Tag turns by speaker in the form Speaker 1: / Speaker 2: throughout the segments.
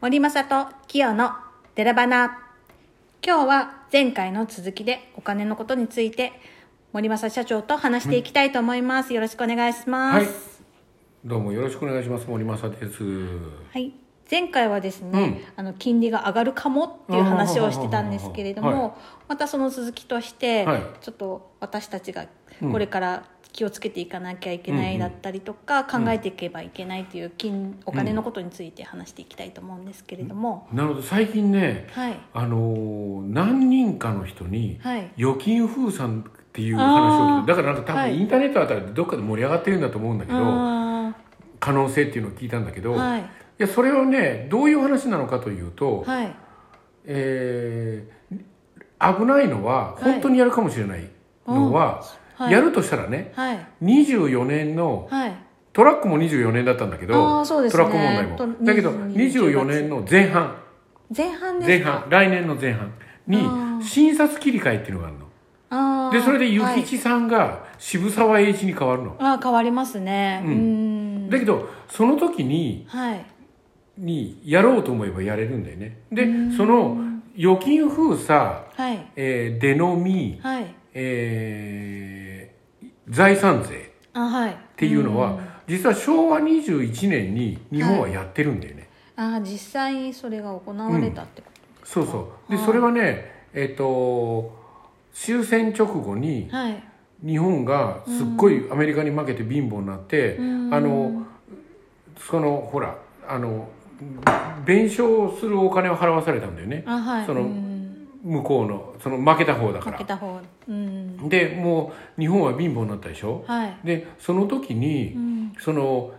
Speaker 1: 森正と清のデラバナ今日は前回の続きでお金のことについて森正社長と話していきたいと思います、よろしくお願いします
Speaker 2: はいどうもよろしくお願いします森正です
Speaker 1: はい、前回はですね、あの金利が上がるかもっていう話をしてたんですけれども、
Speaker 2: はい
Speaker 1: またその続きとして、
Speaker 2: はい
Speaker 1: ちょっと私たちがこれから気をつけていかなきゃいけないだったりとか、考えていけばいけないという金お金のことについて話していきたいと思うんですけれども、
Speaker 2: なので最近ね
Speaker 1: はい
Speaker 2: あのー何人かの人に
Speaker 1: はい
Speaker 2: 預金封鎖っていう話を聞
Speaker 1: あー
Speaker 2: いてだからなんか多
Speaker 1: は
Speaker 2: 分
Speaker 1: い
Speaker 2: インターネットあたりでどっかで盛り上がってるんだと思うんだけど、
Speaker 1: あ
Speaker 2: 可能性っていうのを聞いたんだけ
Speaker 1: ー
Speaker 2: ど、い、
Speaker 1: はい
Speaker 2: やそれはねどういう話なのかというと、
Speaker 1: はい
Speaker 2: えー危ないのは
Speaker 1: はい
Speaker 2: 本当にやるかもしれないのは、
Speaker 1: はい
Speaker 2: やるとしたらね
Speaker 1: はい
Speaker 2: 24年の
Speaker 1: はい
Speaker 2: トラックも24年だったんだけ
Speaker 1: あ
Speaker 2: ど、
Speaker 1: ーそうです
Speaker 2: ト
Speaker 1: ね
Speaker 2: ラック問題も
Speaker 1: と
Speaker 2: だけど
Speaker 1: 24
Speaker 2: 24年の前半
Speaker 1: 前半です
Speaker 2: 前
Speaker 1: か
Speaker 2: 半来年の前半
Speaker 1: あ
Speaker 2: に診察切り替えっていうのがあるの
Speaker 1: あー
Speaker 2: でそれで
Speaker 1: は
Speaker 2: 諭
Speaker 1: い
Speaker 2: 吉さんが渋沢栄一に変わるの、
Speaker 1: あー変わりますねう
Speaker 2: うんんだけどその時に
Speaker 1: はい
Speaker 2: にやろうと思えばやれるんだよねでその預金封鎖、
Speaker 1: はい
Speaker 2: えー出飲み、
Speaker 1: はい
Speaker 2: えー財産税
Speaker 1: あはいっ
Speaker 2: っていうのは、実は昭和21年に日本はやってるんだよね、
Speaker 1: ああ実際にそれが行われたってこ
Speaker 2: そうそうで
Speaker 1: はい
Speaker 2: それはねえっ、と終戦直後に
Speaker 1: と、はい
Speaker 2: 日本がすっごいアメリカに負けて貧乏になって、
Speaker 1: うん
Speaker 2: あのそのほらあの弁償するお金を払わされたんだよね
Speaker 1: あはい
Speaker 2: その
Speaker 1: うん
Speaker 2: 向こうのその負けた方だか
Speaker 1: 負け
Speaker 2: ら
Speaker 1: た方うん
Speaker 2: でもう日本は貧乏になったでしょ
Speaker 1: はい
Speaker 2: でその時に、
Speaker 1: うん
Speaker 2: その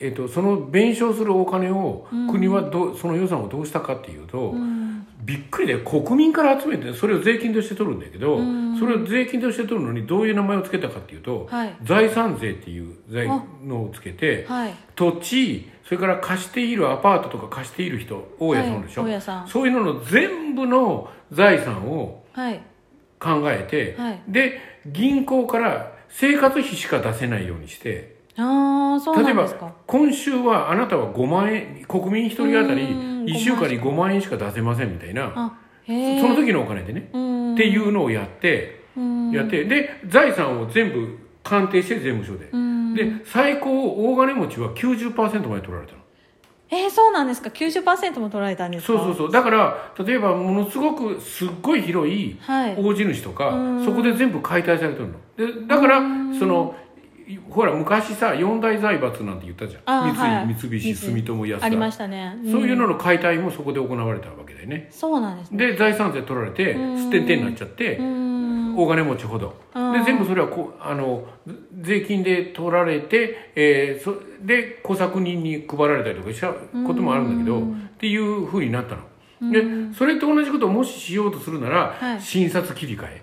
Speaker 2: えっとその弁償するお金を国はどうその予算をどうしたかっていうと、
Speaker 1: うん
Speaker 2: びっくりで国民から集めてそれを税金として取るんだけど、
Speaker 1: うん
Speaker 2: それを税金として取るのにどういう名前をつけたかっていうと、
Speaker 1: はい
Speaker 2: 財産税っていう財
Speaker 1: あ
Speaker 2: のをつけて
Speaker 1: はい
Speaker 2: 土地それから貸しているアパートとか貸している人大家さんでしょ、
Speaker 1: はい大家さん
Speaker 2: そういうのの全部の財産を
Speaker 1: はい
Speaker 2: 考えて、
Speaker 1: はい
Speaker 2: で銀行から生活費しか出せないようにして
Speaker 1: ああそう
Speaker 2: 例
Speaker 1: な
Speaker 2: え
Speaker 1: ん
Speaker 2: ば
Speaker 1: ですか
Speaker 2: 今週はあなたは5万円国民1人当たり
Speaker 1: うん
Speaker 2: 1週間に5万円しか出せませんみたいな
Speaker 1: あへえ
Speaker 2: その時のお金でね
Speaker 1: うん
Speaker 2: っていうのをやって、
Speaker 1: うん
Speaker 2: やってで財産を全部鑑定して税務署で、
Speaker 1: うん
Speaker 2: で最高大金持ちは90%まで取られたの
Speaker 1: えー、そうなんですか90%も取られたんですか
Speaker 2: そうそうそうだから例えばものすごくすっごい広い
Speaker 1: はい
Speaker 2: 大地主とか、
Speaker 1: うん
Speaker 2: そこで全部解体されてるのでだからそのほら昔さ四大財閥なんて言ったじゃ
Speaker 1: あ
Speaker 2: ん
Speaker 1: ー
Speaker 2: 三井、
Speaker 1: はい
Speaker 2: 三菱
Speaker 1: 三井
Speaker 2: 住友安
Speaker 1: あ
Speaker 2: 田
Speaker 1: りましたね、
Speaker 2: そういうの
Speaker 1: ん
Speaker 2: の解体もそこで行われたわけだよね
Speaker 1: そうなんですね
Speaker 2: で財産税取られて
Speaker 1: うん
Speaker 2: すってんてんになっちゃって
Speaker 1: うん
Speaker 2: 大金持ちほど
Speaker 1: あ
Speaker 2: で
Speaker 1: ー
Speaker 2: 全部それはこうあのず税金で取られて、えーそで小作人に配られたりとかしたこともあるんだけどっていうふうになったのでそれと同じことをもししようとするなら、
Speaker 1: はい
Speaker 2: 診察切り替え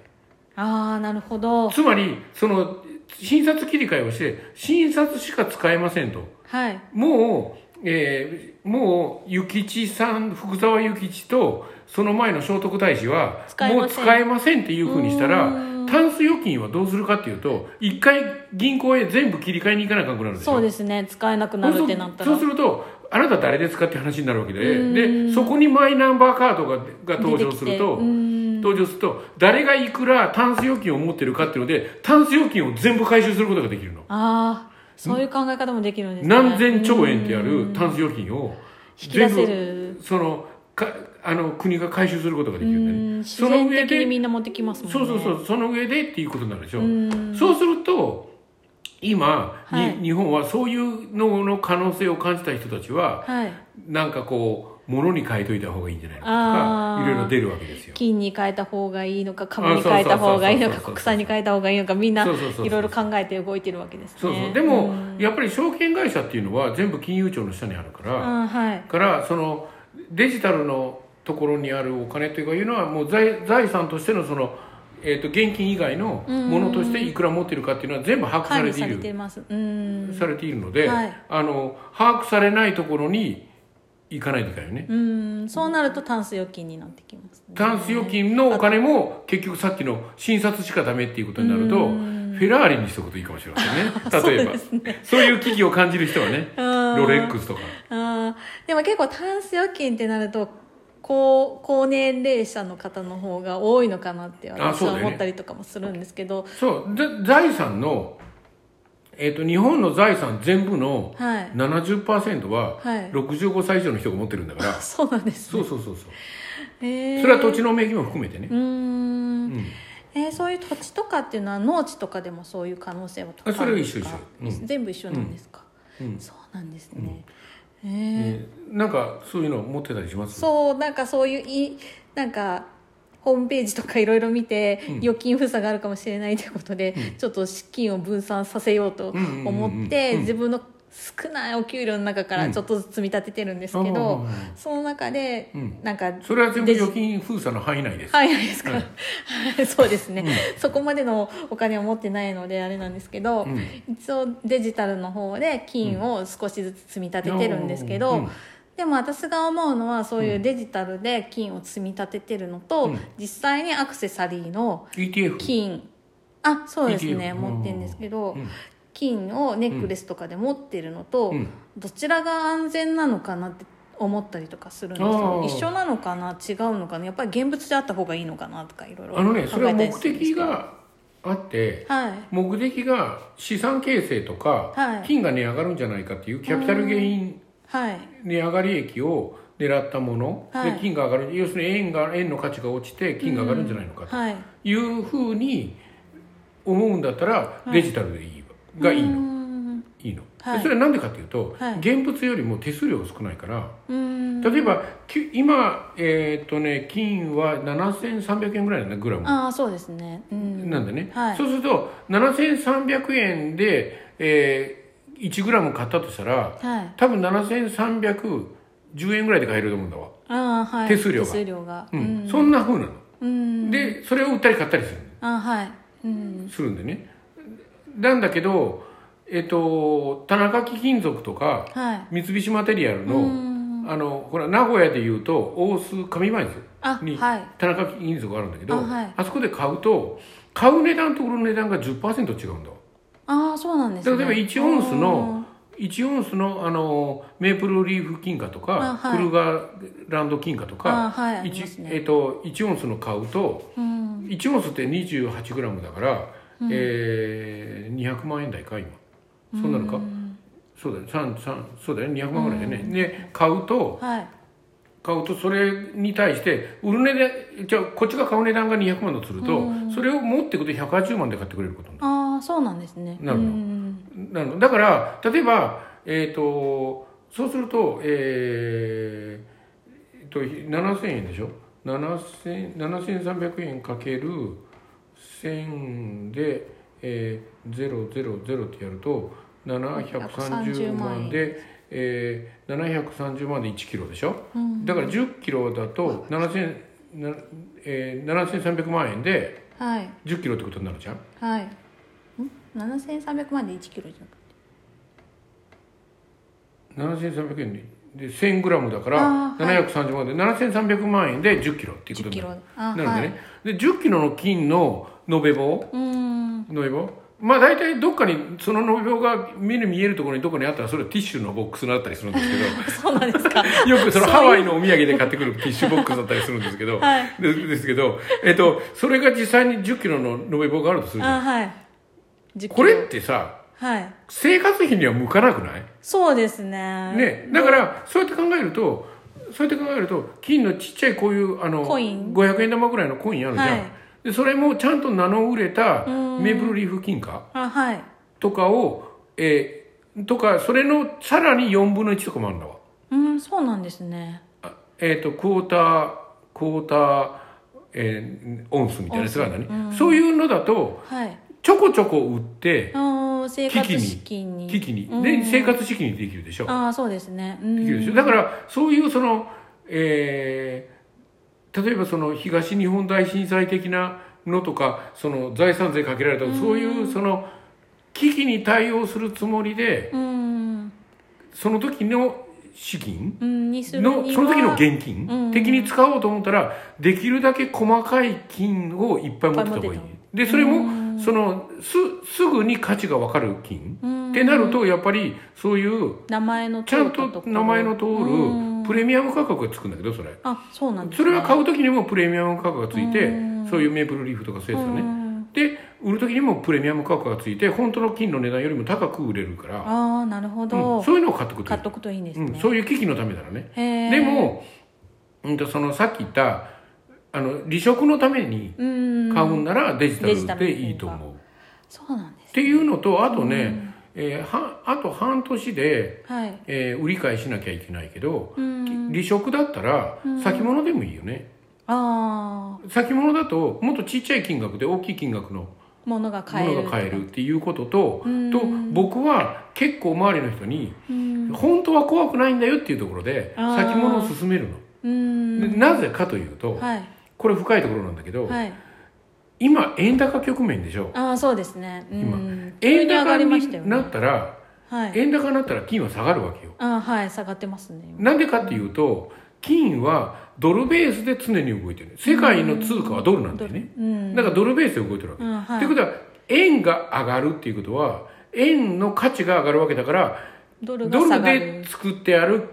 Speaker 1: ああなるほど
Speaker 2: つまりその診察切り替えをして診察しか使えませんと
Speaker 1: はい
Speaker 2: もう、えーもう諭吉さん福沢諭吉とその前の聖徳太子は
Speaker 1: 使え
Speaker 2: も
Speaker 1: ま
Speaker 2: う
Speaker 1: せん
Speaker 2: 使えませんっていうふうにしたら
Speaker 1: う
Speaker 2: タンス預金はどうするかっていうと一回銀行へ全部切り替えに行かなきゃなくなるでしょ
Speaker 1: そうですね使えなくなるってなった
Speaker 2: そう
Speaker 1: ら
Speaker 2: するとあなた誰ですかって話になるわけ
Speaker 1: うん
Speaker 2: ででそこにマイナンバーカードがが登場する
Speaker 1: 出
Speaker 2: と
Speaker 1: てきてうん
Speaker 2: 登場すると誰がいくらタンス預金を持ってるかっていうのでタンス預金を全部回収することができるの
Speaker 1: ああそういう考え方もできるんですね
Speaker 2: 何千兆円ってあるタンス預金を
Speaker 1: 引き出せる
Speaker 2: そのかあの国が回収することができ
Speaker 1: う
Speaker 2: るんだよね
Speaker 1: ん自
Speaker 2: その
Speaker 1: 然
Speaker 2: 上
Speaker 1: 的
Speaker 2: で
Speaker 1: にみんな持ってきますもんね
Speaker 2: そうそうそううその上でっていうことになるでしょ、
Speaker 1: ん
Speaker 2: そうすると今、に
Speaker 1: はい
Speaker 2: 日本はそういうのの可能性を感じた人たちは
Speaker 1: はい
Speaker 2: なんかこう物に変えといた方がいいんじゃないの
Speaker 1: あ
Speaker 2: か
Speaker 1: ー
Speaker 2: とかいろいろ出るわけですよ
Speaker 1: 金に変えた方がいいのか
Speaker 2: あ
Speaker 1: 紙に
Speaker 2: そうそう
Speaker 1: 変えた方がいいの
Speaker 2: そ
Speaker 1: か
Speaker 2: うそうそうそう
Speaker 1: 国産に変えた方がいいのかみんな
Speaker 2: そうそうそうそう
Speaker 1: いろいろ考えて動いてるわけですね
Speaker 2: そうそうでも、やっぱり証券会社っていうのは全部金融庁の下にあるか
Speaker 1: あ
Speaker 2: ら、
Speaker 1: あはい
Speaker 2: からそのデジタルのところにあるお金というのはもう財財産としてのその、えー、と現金以外のものとしていくら持ってるかっていうのは全部把握さ
Speaker 1: 管
Speaker 2: れ
Speaker 1: 理
Speaker 2: てい
Speaker 1: され
Speaker 2: る
Speaker 1: てますうん
Speaker 2: されているので、
Speaker 1: はい
Speaker 2: あの把握されないところに行かないといけないよね。
Speaker 1: うんそうなるとタンス預金になってきますね
Speaker 2: タンス預金のお金も結局さっきの診察しかダメっていうことになるとフェラーリにしとくといいかもしれませんね例えばそう,、いう危機を感じる人はね
Speaker 1: うんあー
Speaker 2: ロレックスとか
Speaker 1: あーでも結構タンス預金ってなると高高年齢者の方の方が多いのかなって
Speaker 2: あ
Speaker 1: 私
Speaker 2: そう
Speaker 1: は
Speaker 2: だよね
Speaker 1: 思ったりとかもするんですけど、
Speaker 2: そうで財産の、えっと日本の財産全部の
Speaker 1: はい
Speaker 2: 70%は
Speaker 1: はい
Speaker 2: 65歳以上の人が持ってるんだから、
Speaker 1: そうなんです
Speaker 2: そうそうそうそう
Speaker 1: へー
Speaker 2: それは土地の名義も含めてね
Speaker 1: うーん
Speaker 2: うん
Speaker 1: えーそういう土地とかっていうのは農地とかでもそういう可能性は高いんですか
Speaker 2: あそれは一緒一緒うん
Speaker 1: 全部一緒なんですか、
Speaker 2: うん
Speaker 1: そうなんですね、えー
Speaker 2: ねなんかそういうの持ってたりします
Speaker 1: そうなんかそういういなんかホームページとかいろいろ見て、
Speaker 2: うん
Speaker 1: 預金封鎖があるかもしれないということで、ちょっと資金を分散させようと思っ
Speaker 2: うんうんうんう
Speaker 1: て
Speaker 2: ん
Speaker 1: 自分の少ないお給料の中からちょっとずつ積み立ててるんですけど、
Speaker 2: うんあ
Speaker 1: その中で、
Speaker 2: うん
Speaker 1: なんか
Speaker 2: それは全部
Speaker 1: デジ
Speaker 2: 預金封鎖の範囲内です
Speaker 1: はいないですか、はい そうですね、そこまでのお金を持ってないのであれなんですけど、
Speaker 2: う
Speaker 1: 一応デジタルの方で金を少しずつ積み立ててるんですけど、
Speaker 2: うん
Speaker 1: でも私が思うのはそういうデジタルで金を積み立ててるのと、
Speaker 2: うん
Speaker 1: 実際にアクセサリーの
Speaker 2: ETF
Speaker 1: 金あそうですね
Speaker 2: ETF
Speaker 1: 持ってるんですけど、
Speaker 2: うん
Speaker 1: 金をネックレスとかで持ってるのと、
Speaker 2: うん
Speaker 1: どちらが安全なのかなって思ったりとかするんですよ
Speaker 2: あー
Speaker 1: 一緒なのかな違うのかなやっぱり現物であった方がいいのかなとかいろいろ
Speaker 2: あのねそれは目
Speaker 1: するんです
Speaker 2: 的
Speaker 1: けど
Speaker 2: があって
Speaker 1: はい
Speaker 2: 目的が資産形成とか、
Speaker 1: はい
Speaker 2: 金が値上がるんじゃないかっていうキャピタルゲイン
Speaker 1: はい
Speaker 2: 値上がり益を狙ったもの、
Speaker 1: はい
Speaker 2: で金が上がる要するに円が円の価値が落ちて金が上がるんじゃないのかと
Speaker 1: はい
Speaker 2: いうふうに思うんだったらデジタルでいいわ、がいいう
Speaker 1: ー
Speaker 2: の
Speaker 1: ん
Speaker 2: いいの、
Speaker 1: はい
Speaker 2: でそれは何でかというと、
Speaker 1: はい
Speaker 2: 現物よりも手数料が少ないから
Speaker 1: うーん
Speaker 2: 例えばき今えーっとね金は7300円ぐらいなんだグラム
Speaker 1: ああそうですねうん
Speaker 2: なんでね、
Speaker 1: はい
Speaker 2: そうすると7300円で、えー、1グラム買ったとしたら
Speaker 1: はい
Speaker 2: 多分7310円ぐらいで買えると思うんだわ、
Speaker 1: あーはい、
Speaker 2: 手数料が
Speaker 1: 手数料が
Speaker 2: う
Speaker 1: うんん、
Speaker 2: そんな風なの、
Speaker 1: うん、
Speaker 2: でそれを売ったり買ったりす
Speaker 1: あーはい、うん、
Speaker 2: るするんでねなんだけどえっ、と田中貴金属とか
Speaker 1: はい
Speaker 2: 三菱マテリアルの、
Speaker 1: うん
Speaker 2: あのほら名古屋でいうと大須上前です
Speaker 1: あ
Speaker 2: に
Speaker 1: はい
Speaker 2: 田中貴金属があるんだけど
Speaker 1: あはい
Speaker 2: そこで買うと買う値段と売る値段が10%違うんだわ
Speaker 1: ああそうなんです
Speaker 2: 例え
Speaker 1: ね
Speaker 2: ば1オンスの1オンスのあのメープルリーフ金貨と
Speaker 1: あ
Speaker 2: か、
Speaker 1: はい
Speaker 2: クルガランド金貨と
Speaker 1: あ
Speaker 2: か、
Speaker 1: はいあり
Speaker 2: 一
Speaker 1: ますね
Speaker 2: えっと1オンスの買うと
Speaker 1: あーうん
Speaker 2: 1オンスって2 8ムだから、えー、200万円台か今そんなのか、そうだね三三そうだね200万ぐらいだよね、で買うと
Speaker 1: はい
Speaker 2: 買うとそれに対して売る値段じゃあこっちが買う値段が200万とすると、それを持っていくと180万で買ってくれることになる
Speaker 1: ああそうなんですね
Speaker 2: なるほど
Speaker 1: うん
Speaker 2: なのだから例えば、えー、とそうすると,、えーえっと7000円でしょ7000 7300円かける1000で、えー、000ってやると730万で、えー、730万で1キロでしょ、だから1 0キロだと7000なえー7300万円で
Speaker 1: はい
Speaker 2: 1 0キロってことになるじゃん
Speaker 1: はいん7300万で1キロじゃなくて
Speaker 2: 7300円でで1000グラムだから
Speaker 1: あーは
Speaker 2: 730万で、7300万円で1 0キロってい
Speaker 1: 10
Speaker 2: うことに
Speaker 1: キ
Speaker 2: な
Speaker 1: ロ
Speaker 2: る
Speaker 1: あ
Speaker 2: なるん
Speaker 1: は
Speaker 2: で
Speaker 1: い
Speaker 2: ね、で1 0キロの金の延べ棒
Speaker 1: うん
Speaker 2: 延べ棒まあ大体どっかにその延べ棒が目に見えるところにどこにあったらそれはティッシュのボックスになったりするんですけど
Speaker 1: そうなんですか
Speaker 2: よくそのハワイのお土産で買ってくるティッシュボックスだったりするんですけど、
Speaker 1: は
Speaker 2: でですけど、えっと、それが実際に1 0キロの延べ棒があるとするじゃん
Speaker 1: あはい10キロ
Speaker 2: これってさ
Speaker 1: はい
Speaker 2: 生活費には向かなくない
Speaker 1: そうですね
Speaker 2: ね、だからそうやって考えるとそうやって考えると金のちっちゃいこういうあの
Speaker 1: コイン
Speaker 2: 500円玉ぐらいのコインあるじゃん、
Speaker 1: はい
Speaker 2: でそれもちゃんと名の売れたメープルリーフ金貨
Speaker 1: あはい
Speaker 2: とかを、えーとかそれのさらに4分の1とかもあるんだわ
Speaker 1: うんそうなんですね
Speaker 2: あえっ、とクォータークォーター、えーオンスみたいなやつがあるんだね、そういうのだと
Speaker 1: はい
Speaker 2: ちょこちょこ売って
Speaker 1: ああ生活資金に
Speaker 2: 危機にで生活資金にできるでしょ
Speaker 1: ああそうですねう
Speaker 2: できるでし
Speaker 1: ん
Speaker 2: ょだからそういうその、えー例えばその東日本大震災的なのとかその財産税かけられたとかそういうその危機に対応するつもりで
Speaker 1: うん
Speaker 2: その時の資金
Speaker 1: うんにするに
Speaker 2: の
Speaker 1: は
Speaker 2: その時の現
Speaker 1: う
Speaker 2: 金
Speaker 1: ん
Speaker 2: 的に使おうと思ったらできるだけ細かい金をいっぱい持ってた方が
Speaker 1: いっぱい
Speaker 2: いい
Speaker 1: 持って。
Speaker 2: でそれもそのすすぐに価値が分かる金
Speaker 1: うん
Speaker 2: ってなるとやっぱりそういう
Speaker 1: 名前の
Speaker 2: ちゃんと名前の通るプ
Speaker 1: レ
Speaker 2: レミアム価格がつくんだけどそれ
Speaker 1: あそうなんです
Speaker 2: それは買
Speaker 1: う
Speaker 2: う時にもプレミアム価格がついて
Speaker 1: うん
Speaker 2: そういうメープルリーフとかそういうやつよね
Speaker 1: ね
Speaker 2: で売る時にもプレミアム価格がついて本当の金の値段よりも高く売れるから、
Speaker 1: ああなるほ
Speaker 2: うん
Speaker 1: ど
Speaker 2: そういうのを買ってくとい
Speaker 1: 買
Speaker 2: い
Speaker 1: っとくといいんです
Speaker 2: うん、
Speaker 1: ね
Speaker 2: そういう危機のためならね
Speaker 1: へー
Speaker 2: でも、うん、とそのさっき言ったあの離職のために
Speaker 1: うん
Speaker 2: 買うんならデジ
Speaker 1: デジ
Speaker 2: タ
Speaker 1: タ
Speaker 2: ル
Speaker 1: ルの方
Speaker 2: で
Speaker 1: が
Speaker 2: いいと思う、っ
Speaker 1: そうなんです
Speaker 2: ていうのとあとね、えーはあと半年で、
Speaker 1: はい
Speaker 2: えー売り買いしなきゃいけないけど、
Speaker 1: うん
Speaker 2: 離職だったら先物でもいいよね、
Speaker 1: あ
Speaker 2: 先物だともっとちっちゃい金額で大きい金額の
Speaker 1: あものが
Speaker 2: も
Speaker 1: 買え
Speaker 2: の
Speaker 1: る
Speaker 2: が買えるっていうことと、
Speaker 1: うん
Speaker 2: と僕は結構周りの人に、
Speaker 1: うん
Speaker 2: 本当は怖くないんだよっていうところで
Speaker 1: あー
Speaker 2: 先物を進めるの。
Speaker 1: うん
Speaker 2: でなぜかというと、
Speaker 1: はい
Speaker 2: これ深いところなんだけど、
Speaker 1: はい
Speaker 2: 今円高局面でしょ
Speaker 1: ああそうですねうん
Speaker 2: 今
Speaker 1: 急に上
Speaker 2: 円
Speaker 1: が
Speaker 2: 高
Speaker 1: りましたよ
Speaker 2: に
Speaker 1: ね
Speaker 2: なったら、
Speaker 1: はい
Speaker 2: 円高になったら金は下がるわけよ
Speaker 1: ああはい下がってますね
Speaker 2: なんでかっていうと金はドルベースで常に動いてる世界の通貨はドルなんだよね
Speaker 1: うん
Speaker 2: だからドルベースで動いてるわけ、
Speaker 1: うんはい
Speaker 2: ってことは円が上がるっていうことは円の価値が上がるわけだから
Speaker 1: ドルが
Speaker 2: ド
Speaker 1: 下
Speaker 2: ル
Speaker 1: が
Speaker 2: で
Speaker 1: る
Speaker 2: 作ってある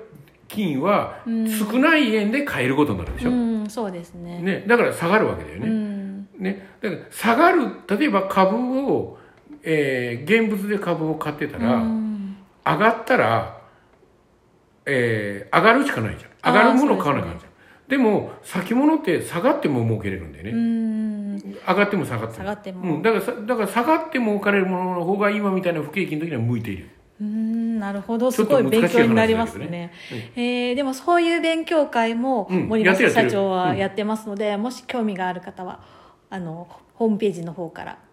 Speaker 2: 金は少ない円で買えることになるでしょ、
Speaker 1: うんそうですね
Speaker 2: ね、だから下がるわけだよね、
Speaker 1: うん
Speaker 2: ね、だから下がる例えば株を、えー現物で株を買ってたら、
Speaker 1: うん
Speaker 2: 上がったら、えー上がるしかないじゃん上がるものを買わなきゃいけないじゃんで,、も先物って下がっても儲けれるんだよね、
Speaker 1: うん
Speaker 2: 上がっても下がっても
Speaker 1: 下がっても
Speaker 2: うん、だからさだから下がって儲かれるものの方が今みたいな不景気の時には向いている
Speaker 1: うーんなるほど
Speaker 2: ち
Speaker 1: す
Speaker 2: ょっ
Speaker 1: ご
Speaker 2: と
Speaker 1: い
Speaker 2: 難しい
Speaker 1: 勉強になりますね
Speaker 2: 話
Speaker 1: えーでもそういう勉強会も
Speaker 2: うん
Speaker 1: 森
Speaker 2: やってる
Speaker 1: 松
Speaker 2: やって
Speaker 1: 社
Speaker 2: る
Speaker 1: 長
Speaker 2: う
Speaker 1: は
Speaker 2: ん
Speaker 1: やってますので、もし興味がある方はあのホームページの方から